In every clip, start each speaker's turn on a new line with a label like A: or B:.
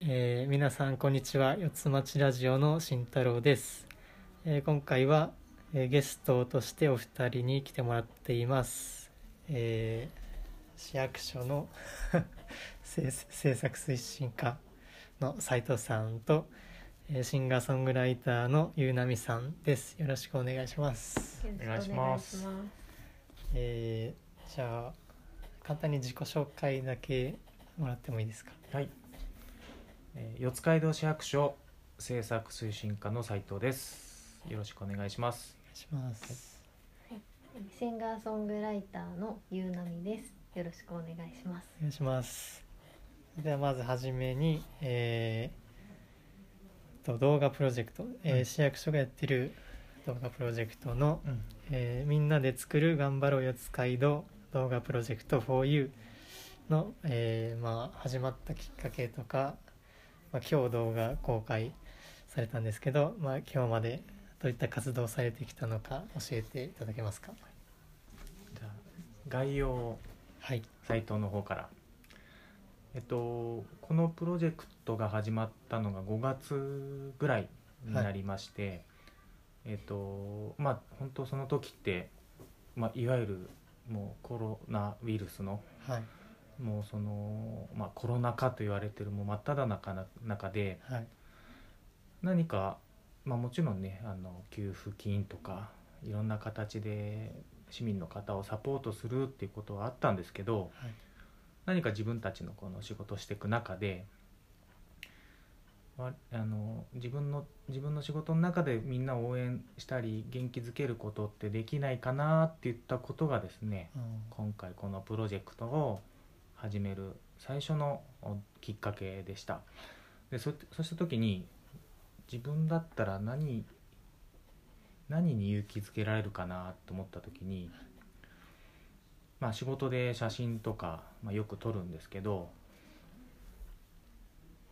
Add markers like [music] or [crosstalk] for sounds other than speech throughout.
A: 皆さんこんにちは四つ町ラジオの慎太郎です、えー今回は、えーゲストとしてお二人に来てもらっています、えー市役所の [laughs] 制政策推進課の斉藤さんと、えーシンガーソングライターのゆうなみさんですよろしくお願いします、
B: お願いします
C: よろしくお願いし
A: えーじゃあ簡単に自己紹介だけもらってもいいですか
B: はい、えー、四街道市役所政策推進課の斉藤ですよろしくお願いします
A: お願いします、
C: ますシンガーソングライターのゆうなみです。よろしくお願いします。
A: お願いしますではまずはじめに、えーと動画プロジェクト、えー
B: うん
A: 市役所がやってる動画プロジェクトの、
B: うん
A: えーみんなで作る頑張ろうよつかいど動画プロジェクト 4U の、えーまあ、始まったきっかけとか、まあ、今日動画公開されたんですけど、まあ、今日までどういった活動をされてきたのか教えていただけますか
B: じゃあ概要を
A: はい
B: 斉藤の方からえっとこのプロジェクトが始まったのが5月ぐらいになりまして、えっとまあ本当その時ってまあいわゆるもうコロナウイルスの
A: はい
B: もうその、まあ、コロナ禍と言われてるもう真っ只中な中で
A: はい
B: 何か、まあ、もちろんねあの給付金とかいろんな形で市民の方をサポートするっていうことはあったんですけど
A: はい
B: 何か自分たちのこの仕事をしていく中で、わあの自分の自分の仕事の中でみんなを応援したり元気づけることってできないかなっていったことがですね、
A: うん
B: 今回このプロジェクトを始める最初のおきっかけでしたでそそうした時に自分だったら何何に勇気づけられるかなと思った時にまあ仕事で写真とか、まあ、よく撮るんですけど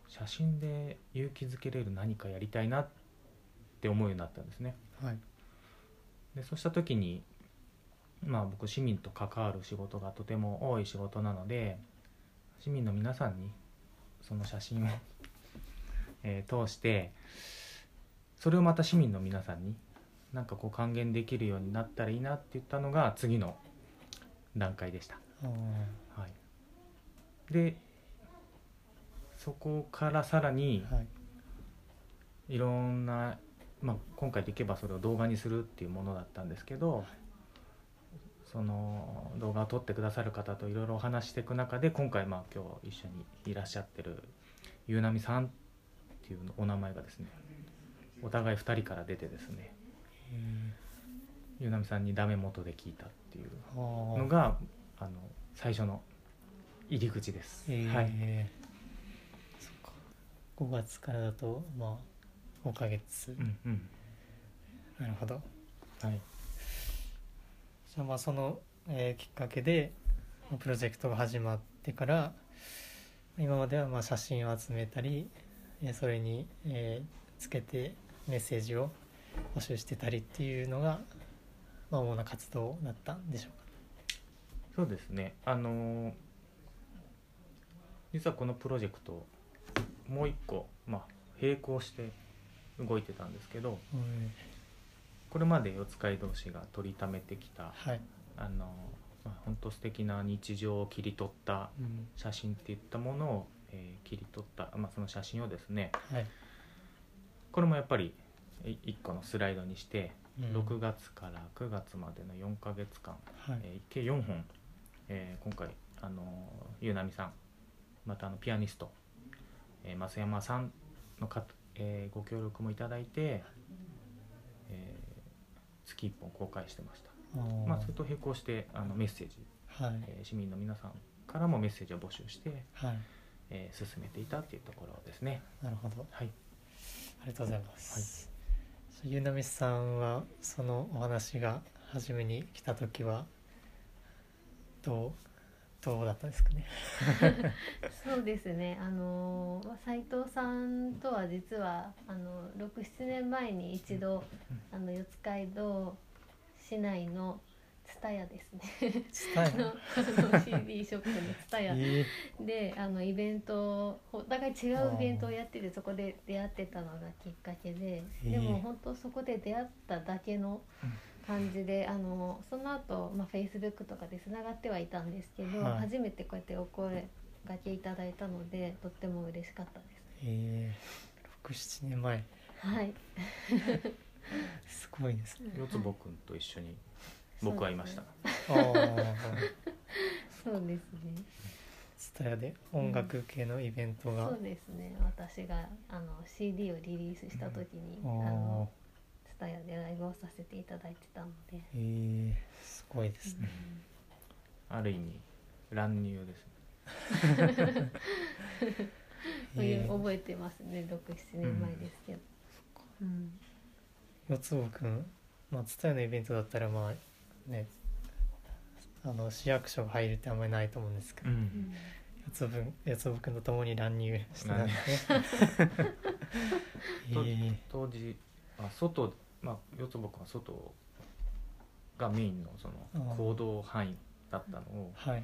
B: 写真で勇気づけれる何かやりたいなって思うようになったんですね
A: はい
B: でそうした時にまあ僕市民と関わる仕事がとても多い仕事なので市民の皆さんにその写真を、 [laughs] えー通してそれをまた市民の皆さんになんかこう還元できるようになったらいいなって言ったのが次の段階でした。
A: うん
B: はい、でそこからさらに、
A: はい、
B: いろんな、まあ、今回でいけばそれを動画にするっていうものだったんですけどその動画を撮ってくださる方といろいろお話ししていく中で今回まあ今日一緒にいらっしゃってるゆうなみさんっていうお名前がですねお互い2人から出てですねゆうなみさんにダメ元で聞いたっていうの
A: の、
B: があの最初の入り口です。
A: えー
B: はい、
A: そっか5月からだとまあ5ヶ月、
B: うんうん
A: なるほど
B: はい
A: じゃあまあその、えーきっかけでまあプロジェクトが始まってから今まではまあ写真を集めたり、えーそれに、えーつけてメッセージを募集してたりっていうのが、まあ、主な活動だったんでしょ
B: そうですねあのー実はこのプロジェクトもう一個、まあ、並行して動いてたんですけど
A: うか、うん
B: これまで四街道市が取りためてきた
A: はい、
B: あのー、まあ、本当素敵な日常を切り取った
A: うん
B: 写真っていったものを、えー切り取った、まあ、その写真をですね
A: はい
B: これもやっぱり1個のスライドにして
A: うん
B: 6月から9月までの4ヶ月間
A: はい
B: えー計4本、えー今回、あのーゆうなみさんまたあのピアニスト、えー増山さんのか、えーご協力もいただいて、えー月1本公開してました、
A: あー
B: まあ、それと並行してあのメッセージ、
A: はい
B: えー市民の皆さんからもメッセージを募集して、
A: はい
B: えー進めていたっていうところですね
A: なるほど
B: はい
A: ありがとうございます。そうゆうなみさんはそのお話が初めに来た時はどうどうだったんです
C: [laughs]
A: かね。
C: そうですね。あの斉藤さんとは実はあの六七年前に一度あの四街道市内のつツタヤですね
A: 伝
C: [laughs] あの
A: え
C: あの CD ショップのツタヤ
A: いい
C: であのイベントをお互い違うイベントをやっててそこで出会ってたのがきっかけで
A: へえ
C: でも本当そこで出会っただけの感じであのその後、まあ Facebook とかでつながってはいたんですけど、
A: はい
C: 初めてこうやってお声がけいただいたのでとっても嬉しかったです。
A: えー、67年前
C: はい、
A: すごい
C: [laughs]
A: ですね
B: 四つぼくんと一緒に僕はいました
A: ああ
C: そうですね。
A: 蔦屋で音楽系のイベントが、
C: そうですね。私があの CD をリリースした時に、
A: あ
C: あ
A: あ
C: のツタヤでライブをさせていただいてたので、
A: えー、すごいですね
B: ある意味乱入ですね
C: そうい
A: え
C: う
A: ー
C: 覚えてますね。六七年前ですけど。うん。
A: 四つぼくんまあ蔦屋のイベントだったらまあねあの市役所が入るってあんまりないと思うんですけど、
B: ん
A: 四つぼくん四つぼくんと共に乱入してたんですね [laughs] え
B: と
A: ー、
B: 当時、まあ、外、まあ、四つぼくんは外がメインのそ
A: あ
B: の
A: あ
B: 行動範囲だったのを、
A: はい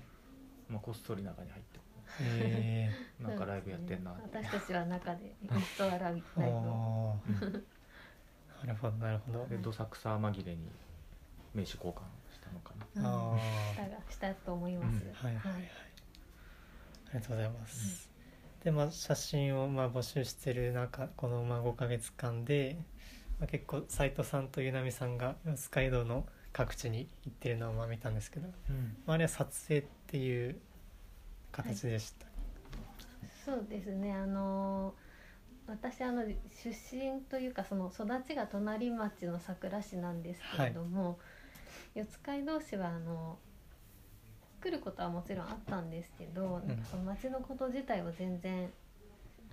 B: まあ、こっそり中に入って
A: え
B: なんかライブやってんな
C: そうですね私たちは中でゲストライブライ
A: ー、
C: [laughs] ブ
A: あ
C: を
B: うん
A: あなるほどなるほど
B: でどさくさ紛れに名刺交換したのかな
A: あ
C: うん
A: あ
C: したがしたと思います。
B: うん
A: はいはいはい。ありがとうございます。でまあ写真をまあ募集してる中このまあ5ヶ月間で、まあ、結構斉藤さんとゆなみさんが四街道の各地に行ってるのをまあ見たんですけど、まあ、あれは撮影っていう形でした。
C: そうですね。あのー私あの出身というかその育ちが隣町の桜市なんですけれども、四街道市はあの来ることはもちろんあったんですけど、
A: ん
C: なんかその町のこと自体は全然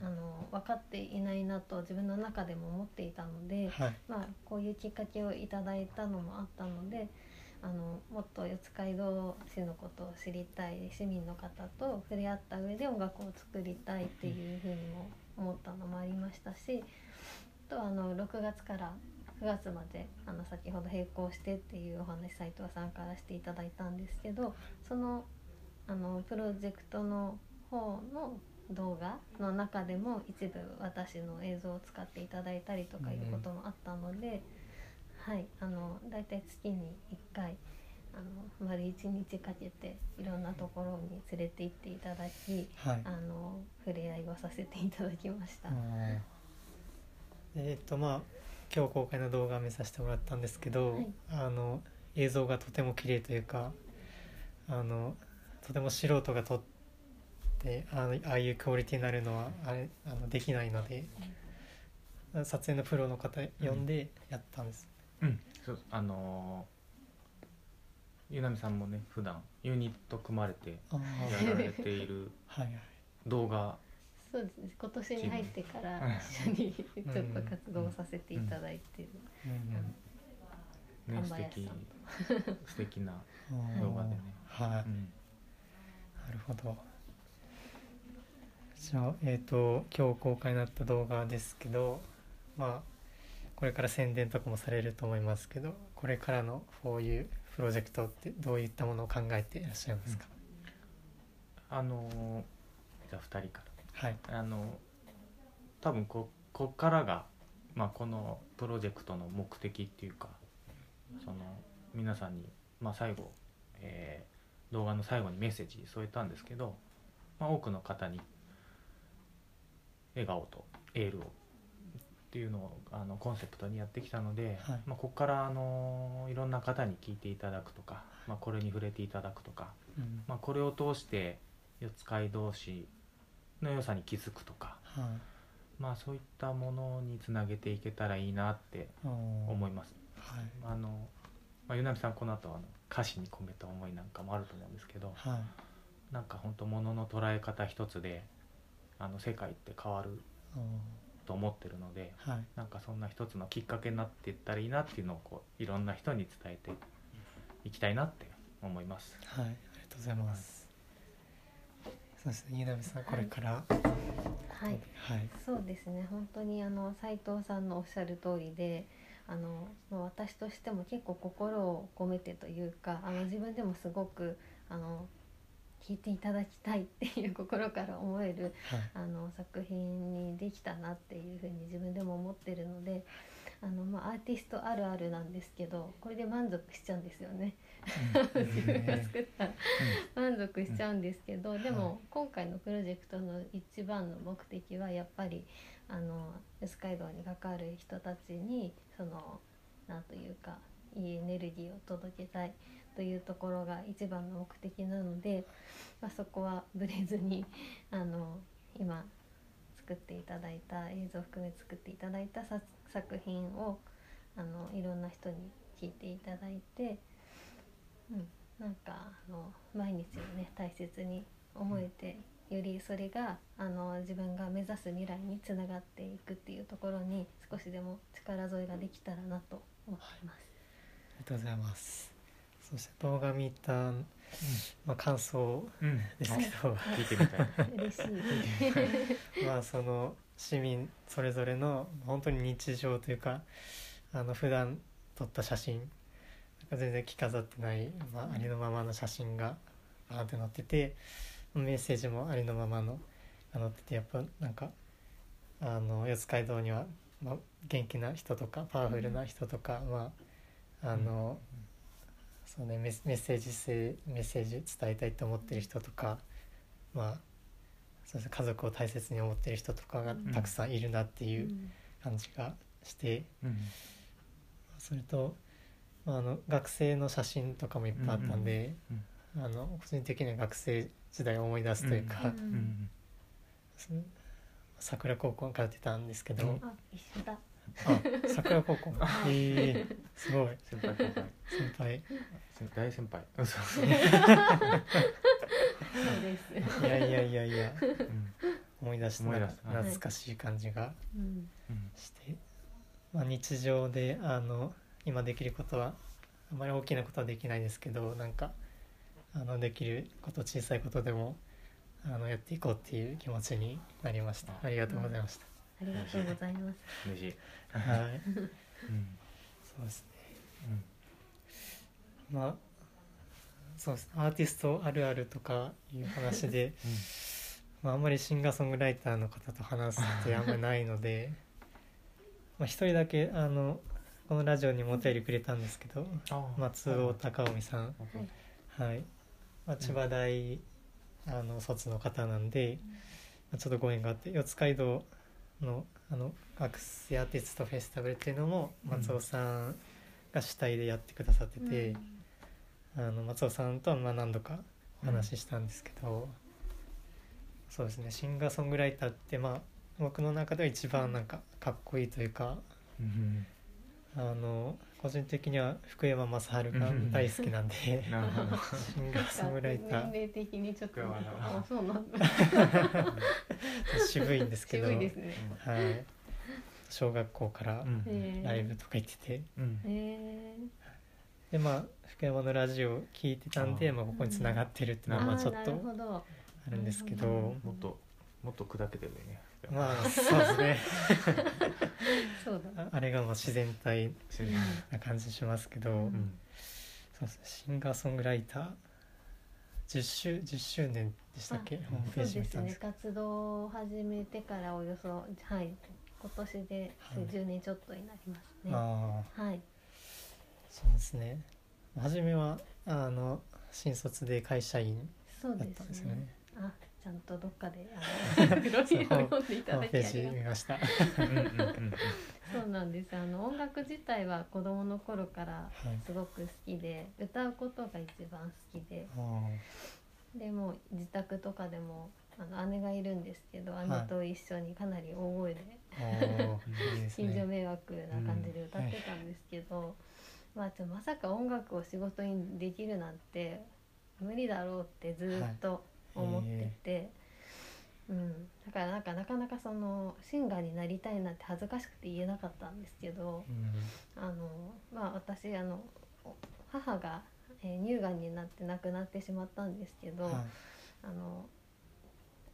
C: あの分かっていないなと自分の中でも思っていたので、
A: はい。
C: まあ、こういうきっかけをいただいたのもあったのであのもっと四街道市のことを知りたい市民の方と触れ合った上で音楽を作りたいっていうふうにも思ったのもありましたしあとあの6月から9月まであの先ほど並行してっていうお話斉藤さんからしていただいたんですけどそのあのプロジェクトの方の動画の中でも一部私の映像を使っていただいたりとかいうこともあったので、はいあの大体月に1回あの丸1日かけていろんなところに連れて行っていただき
A: はい。
C: あの触れ合いをさせていただきました。
A: うんえっとまあ今日公開の動画を見させてもらったんですけど、
C: はい
A: あの映像がとても綺麗というかあのとても素人が撮ってあのああいうクオリティになるのはあれあのできないので、撮影のプロの方呼んでやったんです。
B: うんそうあのー、ゆなみさんもね普段ユニット組まれて
A: あ
B: やられている
A: あはいはい
B: 動画
C: そうですね今年に入ってから一緒に [laughs] ちょっと活動をさせていただいてる、
A: うん
B: ね
C: 頑
B: 素
C: 張れ
B: 敵
C: さん
B: 素敵な
A: うん
B: 動画でね、
A: はい。
B: うん
A: なるほど。じゃあ、えっ、と、今日公開になった動画ですけど、まあ、これから宣伝とかもされると思いますけど、これからの 4U プロジェクトってどういったものを考えていらっしゃいますか、
B: あのーじゃあ2人か
A: はい。
B: らあの多分ここっからが、まあ、このプロジェクトの目的っていうかその皆さんに、まあ、最後、えー動画の最後にメッセージ添えたんですけど、まあ、多くの方に笑顔とエールをっていうのをあのコンセプトにやってきたので、
A: はい
B: まあ、ここからあのいろんな方に聞いていただくとか、まあ、これに触れていただくとか
A: うん
B: まあ、これを通して四街道市の良さに気づくとか、
A: はい
B: まあ、そういったものにつなげていけたらいいなって
A: あー
B: 思います。
A: はい。
B: あのまあ、ゆなみさんこの後あの歌詞に込めた思いなんかもあると思うんですけど
A: はい。
B: なんか本当ものの捉え方一つであの世界って変わる
A: あ
B: と思ってるので
A: ーはい。
B: なんかそんな一つのきっかけになっていったらいいなっていうのをこういろんな人に伝えていきたいなって思います。
A: はい。ありがとうございます。そうですね、新浪さん、これから。は
C: はい
A: い。
C: そうですね本当にあの斉藤さんのおっしゃる通りであのまあ私としても結構心を込めてというかあの自分でもすごくあの聴いていただきたいっていう心から思える
A: はい
C: あの作品にできたなっていうふうに自分でも思ってるのであの、まあ、アーティストあるあるなんですけどこれで満足しちゃうんですよね
A: [laughs]
C: [laughs] 自分が作ったら満足しちゃうんですけど、で
A: はい
C: も今回のプロジェクトの一番の目的はやっぱりあの四街道に関わる人たちにそのなんというかいいエネルギーを届けたいというところが一番の目的なので、まあ、そこはぶれずに [laughs] あの今作っていただいた映像含め作っていただいた作作品をあのいろんな人に聞いていただいて、うん、なんかあの毎日をね大切に思えて、よりそれがあの自分が目指す未来につながっていくっていうところに少しでも力添えができたらなと思っています。
A: ありがとうございますそして動画見た、まあ、感想
B: うん、うん、
A: ですけど
B: あ聞いてみたい。
C: 嬉し
A: [laughs]
C: い。
A: まあその市民それぞれの本当に日常というかあの普段撮った写真なんか全然着飾ってない、まあ、ありのままの写真がバーンって載っててメッセージもありのままのが載っててやっぱなんかあの四街道には、まあ、元気な人とかパワフルな人とか、まああの、そうね、メスメッセージ性メッセージ伝えたいと思ってる人とか、まあ、そうですね家族を大切に思ってる人とかが
C: うん
A: たくさんいるなっていう感じがして、
B: [laughs] うん、
A: それと、まあ、あの学生の写真とかもいっぱいあったんで、
B: うん
A: あの個人的には学生時代を思い出すというか、
C: うん
B: うん、うん
A: その桜高校に通ってたんですけど、
B: うん
C: あ、一緒だ。
A: あ桜高校ええすごい
B: 先輩後輩、
A: 先輩
B: 先大先輩。そうそう。
C: そうです。
A: いやいやいやいや
B: うん
A: 思い出して
B: 思い
A: なん
B: 出
A: か
B: す
A: 懐かしい感じが
C: うん、
B: うん
A: して、まあ、日常であの今できることはあまり大きなことはできないですけどなんかあのできること小さいことでもあのやっていこうっていう気持ちになりましたありがとうございました、
C: ありがとうございます。
B: 嬉しい。
A: はい
B: うん、
A: そうですねまあそうですアーティストあるあるとかいう話で、まあ、あんまりシンガーソングライターの方と話すってあんまりないのでまあ一人だけあのこのラジオにもお便りくれたんですけど
B: うん、
A: 松尾隆臣さん、
C: はい。
A: はいまあ、千葉大、あの卒の方なんで、まあ、ちょっとご縁があって四街道のあの学生アーティストフェスティバルっていうのも
B: うん
A: 松尾さんが主体でやってくださってて、あの松尾さんとはまあ何度かお話ししたんですけど、そうですねシンガーソングライターってまあ僕の中では一番なんかかっこいいというか
B: うん
A: あの個人的には福山雅治が大好きなんで、 [laughs]
B: うん、なるほど。
A: シンガーソングライタ
C: なんか
A: ー
C: 年齢的にちょっと。
B: 僕はあの
C: あ、そうなんだ。
A: 渋いんですけど
C: 渋いですね。
A: はい、小学校から
B: うん、
C: えー
A: ライブとか行ってて、
B: うん、
C: え
A: でまあ福山のラジオを聞いてたんで
B: あー
A: まあ、ここに繋がってるって
C: ー、
A: いうのはま
C: あ
A: あちょ
C: ー、
A: っ
C: なる
A: と
C: ほど。
A: あるんですけ
C: なる
A: ど
C: ほ
B: もっと、もっと砕けてるね。
A: まあそうですね
C: そうだ。
A: あ [laughs] あれがまあ自然体
B: 先
C: うん
B: 生
A: な感じしますけど、
C: う
B: うん、
A: そうですねシンガーソングライター10周 ,10 周年でしたっけホームペ
C: そ
A: ー
C: う
A: ジ
C: で
A: 見
C: す
A: たんで
C: ね
A: すけ
C: 活動を始めてからおよそはい今年で
A: はい
C: 10年ちょっとになります
A: ど、
C: ね。は
A: ああ
C: い。
A: そうですね初めはあの新卒で会社員
C: そう
A: だ
C: で
A: ったんですす
C: ね。
A: ね
C: あちゃんとどっかで
A: [laughs]
C: あのプロフィール読んでい
A: ホ
C: た
A: ー
C: だ
A: ム
C: きあ
A: ペ
C: り
A: ージ
C: がとう
A: 見ました
B: うん、うん、うん、
C: そうなんですあの音楽自体は子供の頃から
A: はい
C: すごく好きで歌うことが一番好きででもう自宅とかでもあの姉がいるんですけど
A: い
C: 姉と一緒にかなり大声で
A: あーおーいいです
C: 近所
A: ね。
C: 迷惑な感じで歌ってたんですけど、まあ、ちょまさか音楽を仕事にできるなんて無理だろうってずっと思ってて、うん、だからなんかなかなかそのシンガーになりたいなんて恥ずかしくて言えなかったんですけど
A: うん
C: あの、まあ、私あのお母が、えー乳がんになって亡くなってしまったんですけど。
A: は
C: あの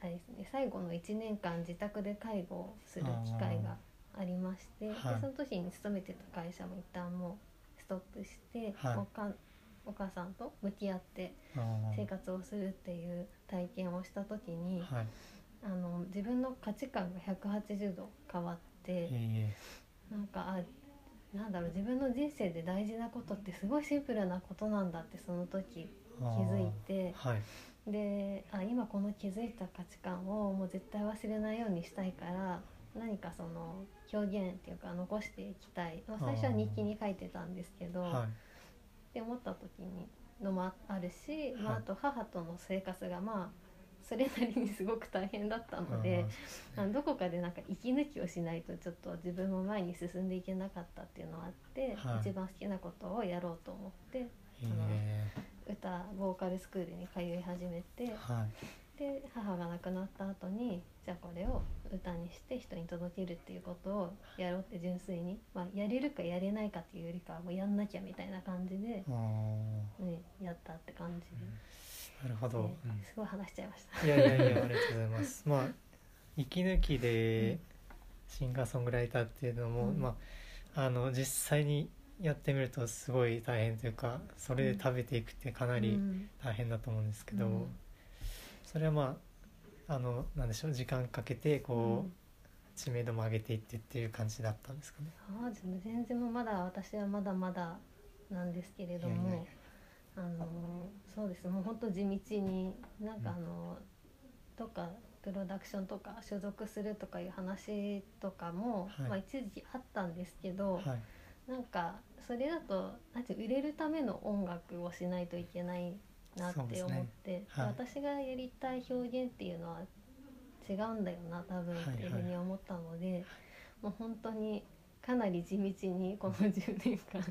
C: あれですね最後の1年間自宅で介護をする機会がありまして、
A: はい
C: でその時に勤めてた会社も一旦もうストップして、
A: はい
C: おかお母さんと向き合って
A: あー
C: 生活をするっていう体験をした時に、
A: はい
C: あの自分の価値観が180度変わって、
A: え
C: なんかあなんだろう自分の人生で大事なことってすごいシンプルなことなんだってその時
A: ー
C: 気
A: あー
C: づいて
A: はい
C: であ今この気づいた価値観をもう絶対忘れないようにしたいから何かその表現っていうか残していきたい、まあ、最初は日記に書いてたんですけど、
A: は
C: って思った時にのもああるし、まあ、
A: はい
C: あと母との生活がまあそれなりにすごく大変だった
A: い
C: ので。
A: あ
C: あ
A: ー
C: のどこかでなんか息抜きをしないとちょっと自分も前に進んでいけなかったっていうのはあって、
A: はい
C: 一番好きなことをやろうと思って
A: え
C: 歌ボーカルスクールに通い始めて
A: ーはい
C: で母が亡くなった後にじゃあこれを歌にして人に届けるっていうことをやろうって純粋に、まあ、やれるかやれないかっていうよりかはもうやんなきゃみたいな感じで
A: あ、ー
C: うん、やったって感じ
A: なるほ
C: で、
A: ど
B: うん
C: すごい話しちゃいました。
A: いやいやいやありがとうございますまあ息抜きでシンガーソングライターっていうのも、
C: うん
A: まああの実際にやってみるとすごい大変というかそれで食べていくってかな
C: う
A: り
C: ん
A: 大変だと思うんですけど、
C: うん
A: それはまああのなんでしょう時間かけてこう、
C: うん
A: 知名度も上げていってっていう感じだったんですかね。
C: ああでも全然もうまだ私はまだまだなんですけれども
A: いやいやいや
C: あのそうですもう本当地道になんかあ
A: うん
C: の、とかプロダクションとか所属するとかいう話とかも、
A: はい
C: まあ、一時あったんですけど、
A: はい、
C: なんかそれだとなんて売れるための音楽をしないといけないなっ
A: そうで
C: て
A: すね
C: 思って、
A: はい
C: 私がやりたい表現っていうのは違うんだよな多分
A: はい
C: っていうふ
A: は
C: う
A: い
C: に思ったので、もう本当にかなり地道にこの10年間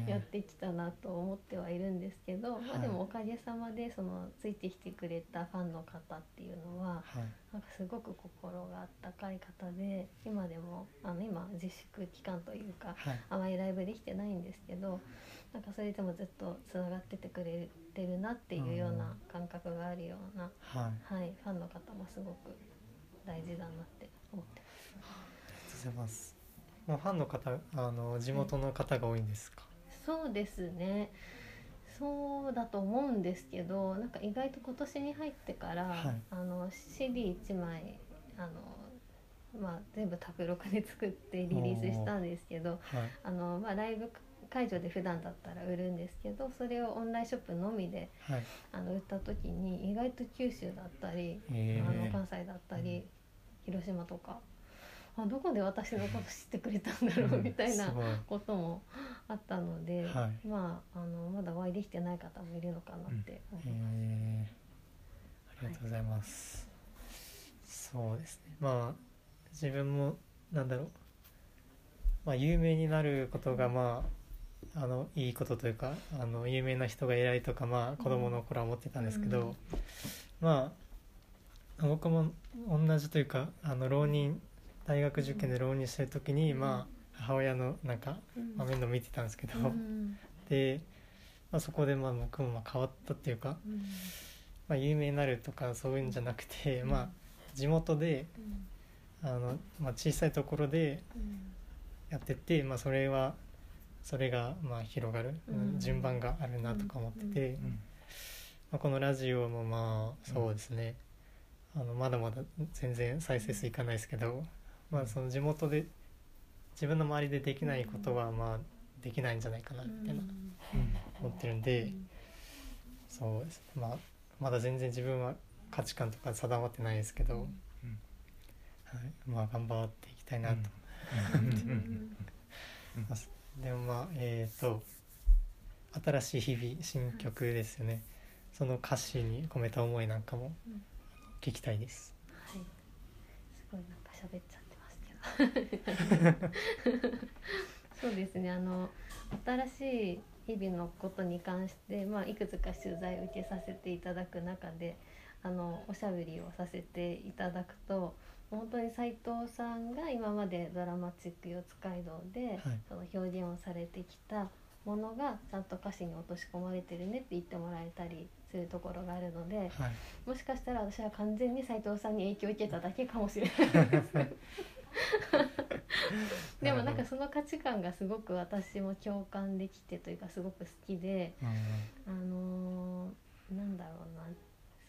A: うん
C: やってきたなと思ってはいるんですけど、ま
A: は
C: あ、
A: い
C: でもおかげさまでそのついてきてくれたファンの方っていうのは
A: はい、
C: なんかすごく心があったかい方で今でもあの今自粛期間というか
A: はい、
C: あまりライブできてないんですけどなんかそれでもずっとつながっててくれてるなっていうような感覚があるような、
A: はい、あり
C: はい、ファンの方もすごく大事だなって思ってます
A: がとうございます。もうファンの方、あの地元の方が多いんですか。
C: そうですねそうだと思うんですけどなんか意外と今年に入ってから、
A: はい
C: あの CD1 枚あの、まあ、全部卓録で作ってリリースしたんですけど
A: はい、
C: あの、まあ、ライブ会場で普段だったら売るんですけどそれをオンラインショップのみで
A: はい、
C: あの売った時に意外と九州だったり、
A: え
C: あの
A: ー
C: 関西だったり、広島とかあどこで私のこと知ってくれたんだろうみたい
A: す
C: な
A: ごい
C: こともあったので、
A: はい
C: まああのまだお会いできてない方もいるのかなって思います。
A: えーありがとうございます、そうですねまあ自分もなんだろう、まあ、有名になることがまああのいいことというかあの有名な人が偉いとか、まあ、子供の頃は思ってたんですけど、まあ僕も同じというかあの浪人大学受験で浪人してる時に、
C: うん
A: まあ母親のなんか、
C: うん
A: まあ、面倒見てたんですけど、
C: うん
A: で、まあ、そこでまあ僕もまあ変わったっていうか、
C: うん
A: まあ、有名になるとかそういうんじゃなくて、
C: うん
A: まあ、地元で
C: うん
A: あの、まあ、小さいところで
C: うん
A: やってって、まあ、それはそれがまあ広がる、
C: うん
A: 順番があるなとか思ってて、
B: うん
A: まあ、このラジオもまあそうですね、あのまだまだ全然再生数いかないですけど、まあ、その地元で自分の周りでできないことはまあできないんじゃないかなみたいな
B: うん
A: 思ってるんで。そうですねまあまだ全然自分は価値観とか定まってないですけど、
B: うん
A: はい、まあ頑張っていきたいなと思い
B: うん
C: うん
A: ます、でもまあえっ、と新しい日々新曲ですよね、その歌詞に込めた思いなんかも
C: うん
A: 聞きたいです、
C: はい、すごいなんか喋っちゃってますけど。そうですね。あの新しい日々のことに関して、まあいくつか取材を受けさせていただく中で、あのおしゃべりをさせていただくと。本当に斉藤さんが今までドラマチック四街道で、
A: はい
C: その表現をされてきたものがちゃんと歌詞に落とし込まれてるねって言ってもらえたりするところがあるので、
A: はい
C: もしかしたら私は完全に斉藤さんに影響を受けただけかもしれないです。でもなんかその価値観がすごく私も共感できてというかすごく好きであのーなんだろうな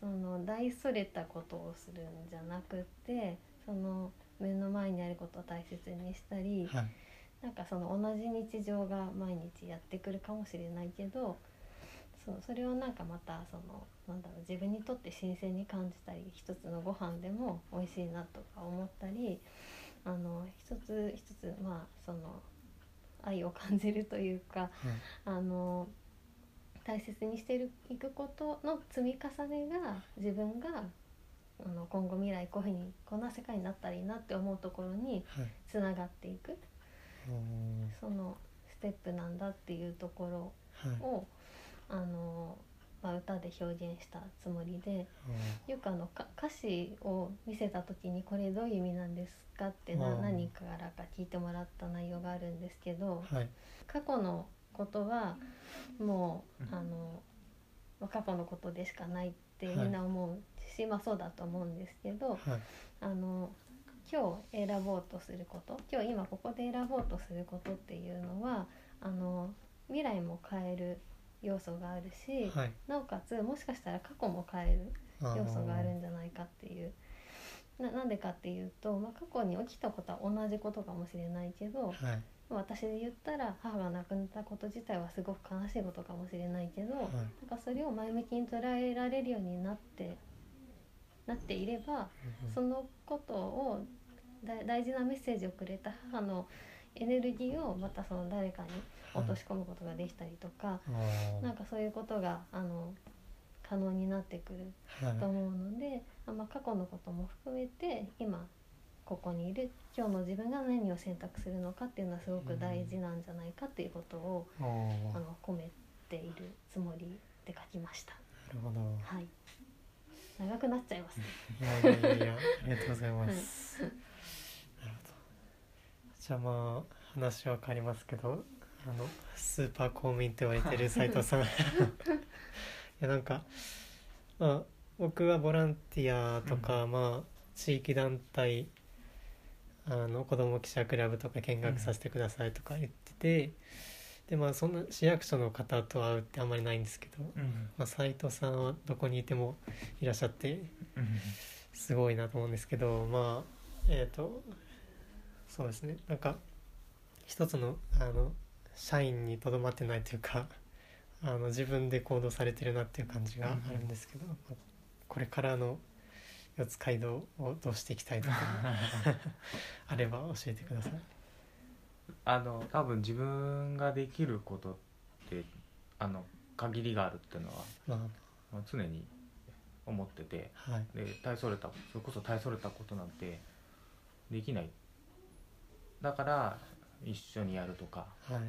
C: その大それたことをするんじゃなくってその目の前にあることを大切にしたり、
A: はい
C: なんかその同じ日常が毎日やってくるかもしれないけどそうそれをなんかまたそのなんだろう自分にとって新鮮に感じたり一つのご飯でも美味しいなとか思ったりあの一つ一つまあその愛を感じるというかあの大切にしてるいくことの積み重ねが自分があの今後未来こういうふうにこんな世界になったらいいなって思うところに
A: はい
C: つながっていく
A: うん
C: そのステップなんだっていうとこ
A: はい
C: ろをあの、まあ、歌で表現したつもりでよくあのか歌詞を見せた時に「これどういう意味なんですか?」ってな
A: うん
C: 何からか聞いてもらった内容があるんですけど。
A: はい
C: 過去のことはもう
B: うん
C: あのまあ過去のことでしかないって
A: はい
C: みんな思うし、まあそうだと思うんですけど
A: はい
C: あの今日選ぼうとすること今日今ここで選ぼうとすることっていうのはあの未来も変える要素があるし、
A: はい
C: なおかつもしかしたら過去も変える
A: あー
C: 要素があるんじゃないかっていう。ななんでかっていうと、まあ、過去に起きたことは同じことかもしれないけど、
A: はい
C: 私で言ったら母が亡くなったこと自体はすごく悲しいことかもしれないけど、
A: はい
C: なんかそれを前向きに捉えられるようになってなっていれば、そのことをだ大事なメッセージをくれた母のエネルギーをまたその誰かに落とし込むことができたりとか、
A: あー
C: なんかそういうことがあの可能になってくる
A: はい
C: と思うので、あまあ過去のことも含めて今ここにいる今日の自分が何を選択するのかっていうのはすごく大事なんじゃないかっていうことを、
A: あー
C: あ
A: な
C: の込めているつもりで書きました。
A: るほど
C: はい。長くなっちゃいますね。
A: いやいやいやいやありがとうございます。なるほど。じゃあまあ話は変わりますけど、あのスーパー公務員と言われてる斉藤さん。いやなんか、まあ僕はボランティアとか、まあ地域団体、あの子ども記者クラブとか見学させてくださいとか言ってて、でまあそんな市役所の方と会うってあんまりないんですけど、
B: うん
A: まあ斉藤さんはどこにいてもいらっしゃって。
B: うん
A: すごいなと思うんですけどまあえっ、とそうですねなんか一つのあの社員にとどまってないというかあの自分で行動されてるなっていう感じがあるんですけど、これからの四つ街道をどうしていきたい [laughs] とかあれば教えてください。
B: あの多分自分ができることってあの限りがあるっていうのは
A: ま
B: まあ常に思ってて
A: あはい、
B: で大それたそれこそ大それたことなんてできないだから一緒にやるとか
A: はい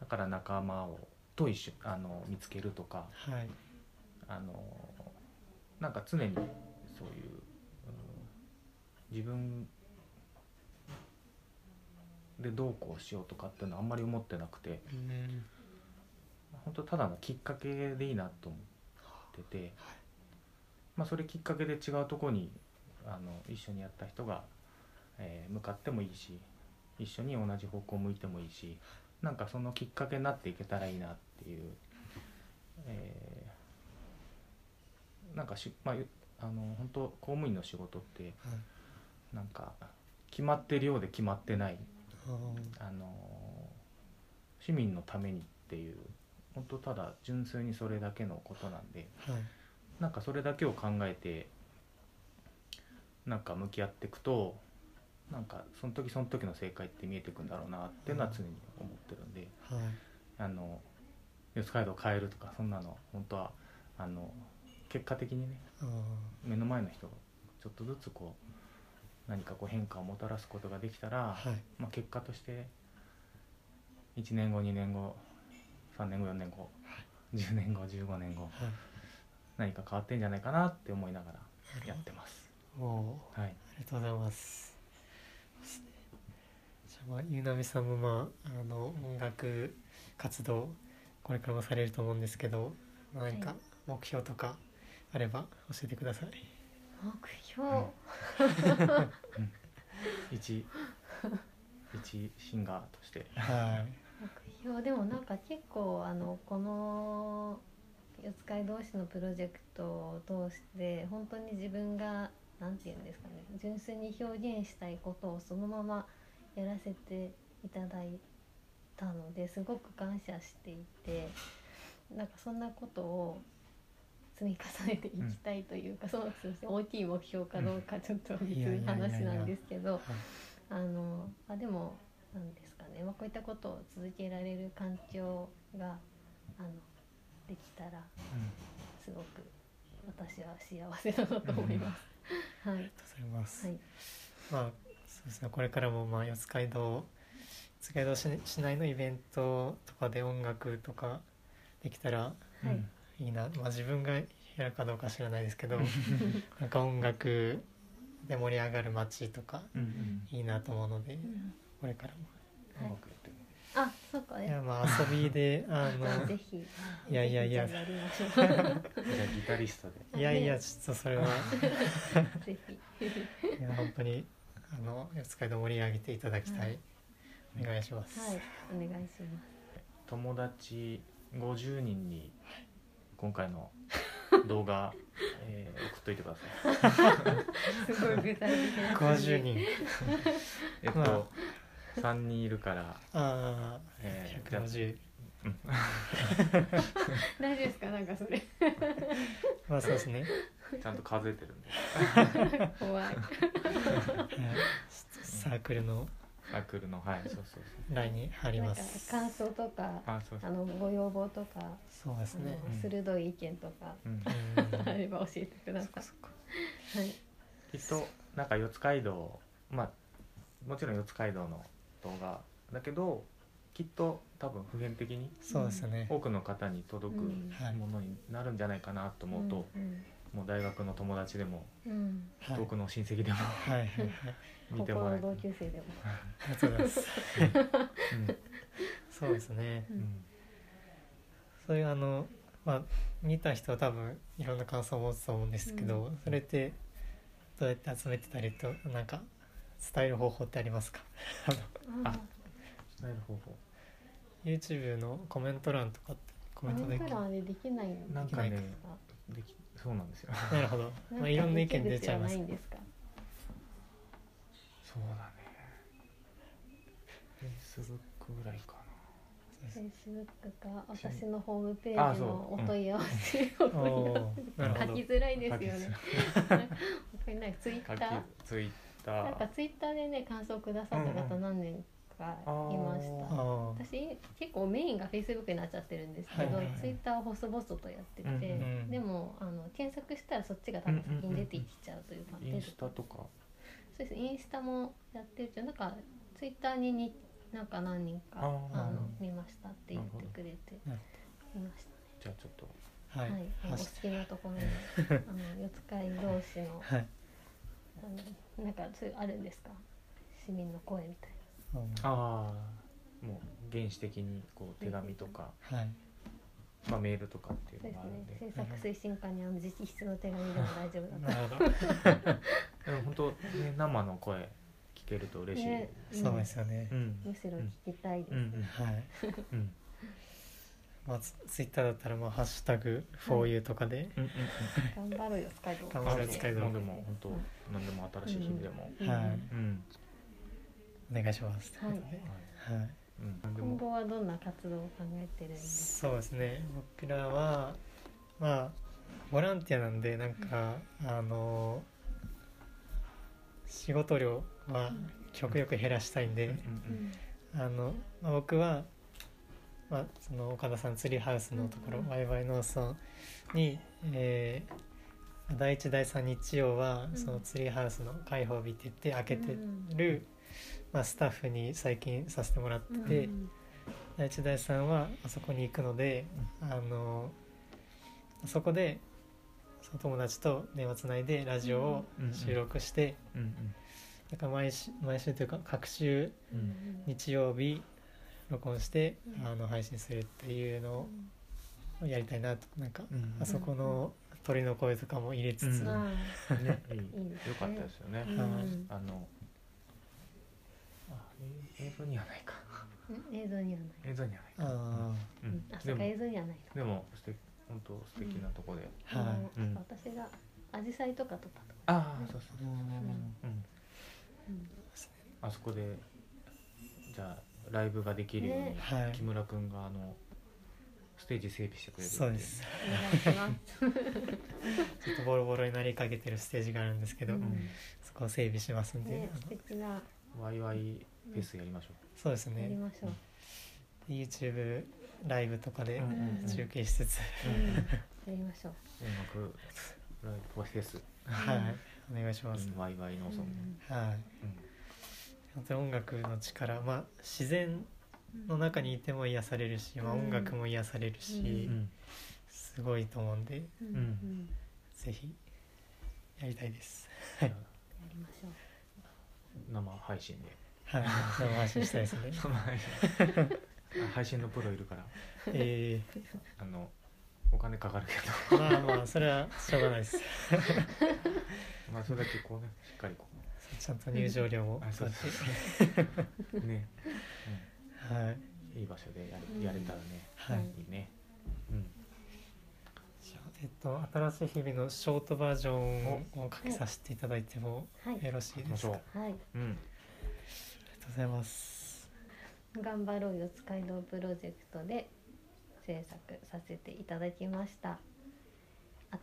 B: だから仲間をと一緒あの見つけるとか
A: はい
B: あのなんか常にそういう、うん自分でどうこうしようとかっていうのはあんまり思ってなくて
A: うん
B: 本当ただのきっかけでいいなと思ってて、まあ、それきっかけで違うところにあの一緒にやった人が、えー向かってもいいし一緒に同じ方向向いてもいいしなんかそのきっかけになっていけたらいいなっていう、えーなんかし、まあ、ゆあの本当公務員の仕事って
A: はい
B: なんか決まってるようで決まってない
A: あー
B: あの市民のためにっていう本当ただ純粋にそれだけのことなんで
A: はい
B: なんかそれだけを考えてなんか向き合っていくとなんかその時その時の正解って見えてくんだろうなっていうのは常に思ってるんで、
A: はい
B: あの四街道変えるとかそんなの本当はあの結果的にね
A: あ
B: 目の前の人がちょっとずつこう何かこう変化をもたらすことができたら、
A: ーはい
B: まあ、結果として1年後2年後3年後4年後10年後15年後
A: はい
B: 何か変わってんじゃないかなって思いながらやってます。
A: おー
B: はい、
A: ありがとうございます。じゃあまあゆうなみさんもまああの音楽活動これからもされると思うんですけど、まあ何
C: は
A: か
C: い
A: 目標とかあれば教えてください。
C: 目標、
B: 一一シンガーとして
A: はい
C: やでもなんか結構あのこの四つ会同士のプロジェクトを通して本当に自分がなんて言うんですかね純粋に表現したいことをそのままやらせていただいたのですごく感謝していてなんかそんなことを積み重ねていきたいというか、そのすいません大きい目標かどうかちょっと別
A: いやいやいやい
C: に
A: や
C: 話なんですけど
A: はい
C: あのあでもなんですかね、まあ、こういったことを続けられる環境があのできたらすごく私は幸せだなと思います。はい、
A: ありがとうございます、
C: はい、
A: まあそうですねこれからもまあ四街道四街道市市内のイベントとかで音楽とかできたら
C: はい
B: うん
A: いいな、まあ、自分がやるかどうか知らないですけ [laughs] どなんか音楽で盛り上がる街とか
B: うんうん
A: いいなと思うのでこれからも
C: はい
B: 音楽やってる
C: あ、そうか、
A: いやまあ遊び
C: [laughs]
A: であ
C: ぜ
A: の
C: ひ。
A: いやいやいや
C: ぜひじゃあやりましょ
B: じゃあギタリストで
A: いやいやちょっとそれはいう
C: ぜひ。
A: や本当にあの四街道盛り上げていただきたい、お願いします、
C: はい、お願いします。
B: 友達50人に今回
C: [laughs]
B: の動画、えー送っといてくださ
C: [laughs]
B: い。
C: すごい具体的な感じ。
A: 50人
C: [laughs]
B: えっ
A: ま
B: と、3人いるから、
A: ああ、
B: えー
A: 150
C: 大丈夫ですか、なんかそれ。
A: まあそうですね
B: ちゃんと数えてるんで、
C: 怖い。
A: サークルの
B: サークルの、はい、そうそうそう。
A: 欄に貼り
C: なん
A: ま
C: か
A: す
C: 感想とか、
B: あ、そうそ
C: あ
B: う。
C: のご要望とか、
A: そうです
C: あ
A: ね
C: の鋭い意見とか。
B: うん
A: う、
C: あ
A: ん
C: れば教えてください。はい。
B: きっと、なんか四街道、まあ、もちろん四街道の動画だけど、きっと多分普遍的に
A: そうですね
B: 多くの方に届く
C: うん
A: はい
B: ものになるんじゃないかなと思うと、
C: うん
B: もう大学の友達でも、
C: うん。
A: はい
B: 遠くの親 [laughs] 戚でも
A: はいはいはい
C: 高
B: 見て
C: 校
B: もらえ
C: の
B: る。
C: 同級生でも。
A: ありがとうございます
B: うん
A: そうですね
C: う
B: うんん
A: そういうあのまあ見た人は多分いろんな感想を持つと思うんですけど、
C: う
A: それってどうやって集めてたりとなんか伝える方法ってありますかあの
B: あ伝える方法
A: YouTube のコメント欄とかってコ
C: コ
A: メ
C: メ
A: ントで
C: ン
A: き
C: ト
A: る
C: 欄でできないんです
B: な
C: か
B: んかねできそうなんですよ
A: なるほど、まあ、いろんな意見出ちゃいます
C: なんかできるじゃないんで
B: そうだねフェイスブックぐらいか
C: すか。Facebook か
B: し
C: 私のホームページのお問 [laughs] い合わせ
A: お
C: を
A: おーなるほ
C: 書
A: ど
C: きづらいですよね。 [laughs] わかんない。ツイッタ
B: な
C: ー
B: 書きツイッタ
C: なんか
B: ー
C: ツイッターでね感想くださった
B: うんう
C: 方
B: ん
C: 何人かいまし
B: あ
C: た。
A: ああ
C: 私結構メインが Facebook になっちゃってるんですけど、
A: はいはいはい
C: Twitter を細々とやってて、
B: うんうん
C: でもあの検索したらそっちが多分先に出てきちゃうというか、
B: インスタとか
C: そうですインスタもやってるけどなんか Twitter にになんか何人か
B: あ
C: あ
B: ー
C: の見ましたって言ってくれて
A: なる
C: いましたね。
B: じゃあちょっと
A: は
C: はいい、あのお
A: は
C: 好
A: し
C: きなところにあの四つ会同士の
A: はい
C: あのなんかそういうあるんですか市民の声みたい
A: うん
B: ああもう原始的にこう手紙とか、
A: はい
B: まあ、メールとかっていう
C: な
B: のがあ
C: そう
B: る
C: で
B: んです
C: ね制作推進課にあの直筆の手紙でも大丈夫だと
A: なるほど
B: でも本当、ね、生の声聞けると嬉しい、
C: ね
A: そうですよね
B: う、ん
C: むしろ聞きたいです、
B: うんうん
A: はい
B: うん
A: まあ、ツツイッターだったら、まあ、ハッシュタグ 4U とかで、
B: うんうん
C: 頑張ろうよ使い道
A: 頑
B: あ
A: 張
B: れ
A: ろう
B: 使
A: 使
B: い
A: い
B: 道
A: 道
B: でも本当何でも新しい日々でも、
C: うん
A: はい
B: うん
A: お願いします。
C: はい
A: はい
B: うん、何で
C: 今
B: も
C: 後はどんな活動を考えてるんです
A: そうですね。僕らは、まあ、ボランティアなんで、なんか、あの、仕事量は極力減らしたいん
B: うんう
A: で、
C: か、
B: ん
A: あの、まあ、僕は、まあ、その岡田さんツリーハウスのところ、
C: うん
A: ワイワイ農村に、えー第1第3日曜は
C: うん
A: そのツリーハウスの開放日って言って開けてる、まあ、スタッフに最近させてもらってて、
C: うん
A: 第1第3はあそこに行くので、あのそこでその友達と電話つないでラジオを収録して、
B: うん
A: なんか毎週毎週というか各週
B: うんうん
A: 日曜日録音して、
C: うん
A: あの配信するっていうのをやりたいなとなんか、
B: うん
A: あそこの鳥の声とかも入れつつ、
B: うん
C: あ
B: ねいい
C: いいですね
B: よかったですよね
C: ーうん
B: あのあえ映像にはないか
C: ん映像にはない
B: 映像にはないか
A: あ
B: うん
C: あそ
B: で
C: っか
B: も
C: 映像にはない
B: でも素敵本当素敵なとこで、
A: あはい、
C: もう
B: うん
C: 私が紫陽花とか撮ったとこ、
B: ああそうそ
A: う、
B: う
A: ん
B: うん、
C: うん
B: あそこでじゃあライブができるように、
C: ね
A: はい
B: 木村君があのステージ整備してくれるってい
A: そうです
C: お願いします
A: ちょっとボロボロになりかけてるステージがあるんですけど、
C: うん
A: そこを整備しますんで、
C: ね
A: あの
C: 素敵な
B: ワイワイフェスやりましょ
A: そうです
C: やり
A: ね
C: ましょう、
A: YouTube ライブとか
B: う、
A: で
B: うんうんうん
A: 中継しつつ、
C: うんやりましょう
B: 音楽ライブフェス、
A: はいお願いします、
B: うん、ワイワイのその、
C: うん
A: はい
B: うん
A: 本当に音楽の力まあ自然の中にいても癒されるし、まあ、
C: うん
A: 音楽も癒されるし、
C: う
A: すごいと思うんで
C: うん
B: ん
C: うん
A: ぜひやりたいです
B: じゃあ
C: やりましょう
B: 生配信で
A: はい生配信したい
B: [laughs]
A: ですね
B: 生配信あ [laughs] 配信のプロいるから
A: え
B: あのお金かかるけ
A: ー、まあまあそれはしょうがないです
B: ど [laughs] まあそれだけこうねしっかりこ
A: ちゃんと入場料も
B: あそう
A: 取って
B: う [laughs] ね、
A: はい
B: うん、いい場所でや
C: うん
B: れやれたらね、
A: はい
B: いいねうん
A: じゃあえっと新しい日々のショートバージョンをかけさせていただいても
C: はい
A: よろしい
B: 行き
A: で
B: ますし
A: か、
B: ょ
A: あ
B: う
C: はい
B: うん
A: りがとうございます
C: 頑張ろうよ使い道プロジェクトで制作させていただきました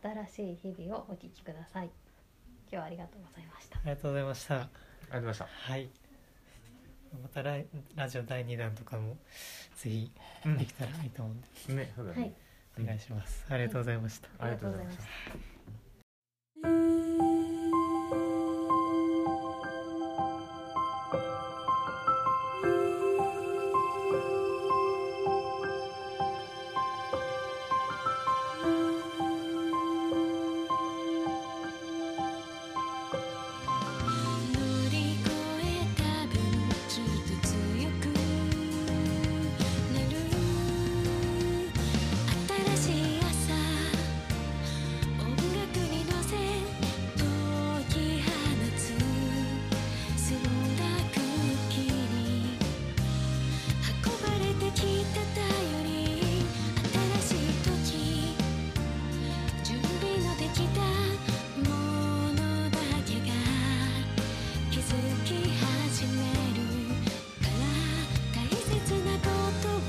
C: 新しい日々をお聞きください今日はありがとうございました
A: ありがとうございました
B: ありがとうございました
A: はいまたララジオ第2弾とかもぜひ
B: うん
A: できたらいいと思うんで
B: ねそうだね、
C: はい
A: お願いします、ありがとうございました
B: ありがとうございました
D: 「乗り越えた分ちょっと強くなる」「新しい朝音楽に乗せ解き放つ」「澄んだ空気に運ばれてきた頼り」「新しい時」準備のできたものだけが気づき始めるから大切なことを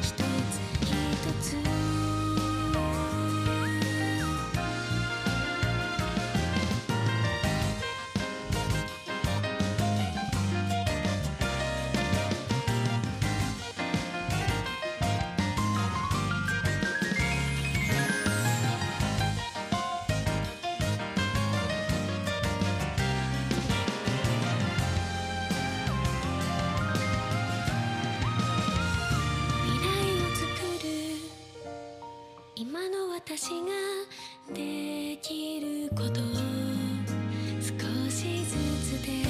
D: 一つ一つ未来を作る今の私ができること少しずつで [laughs]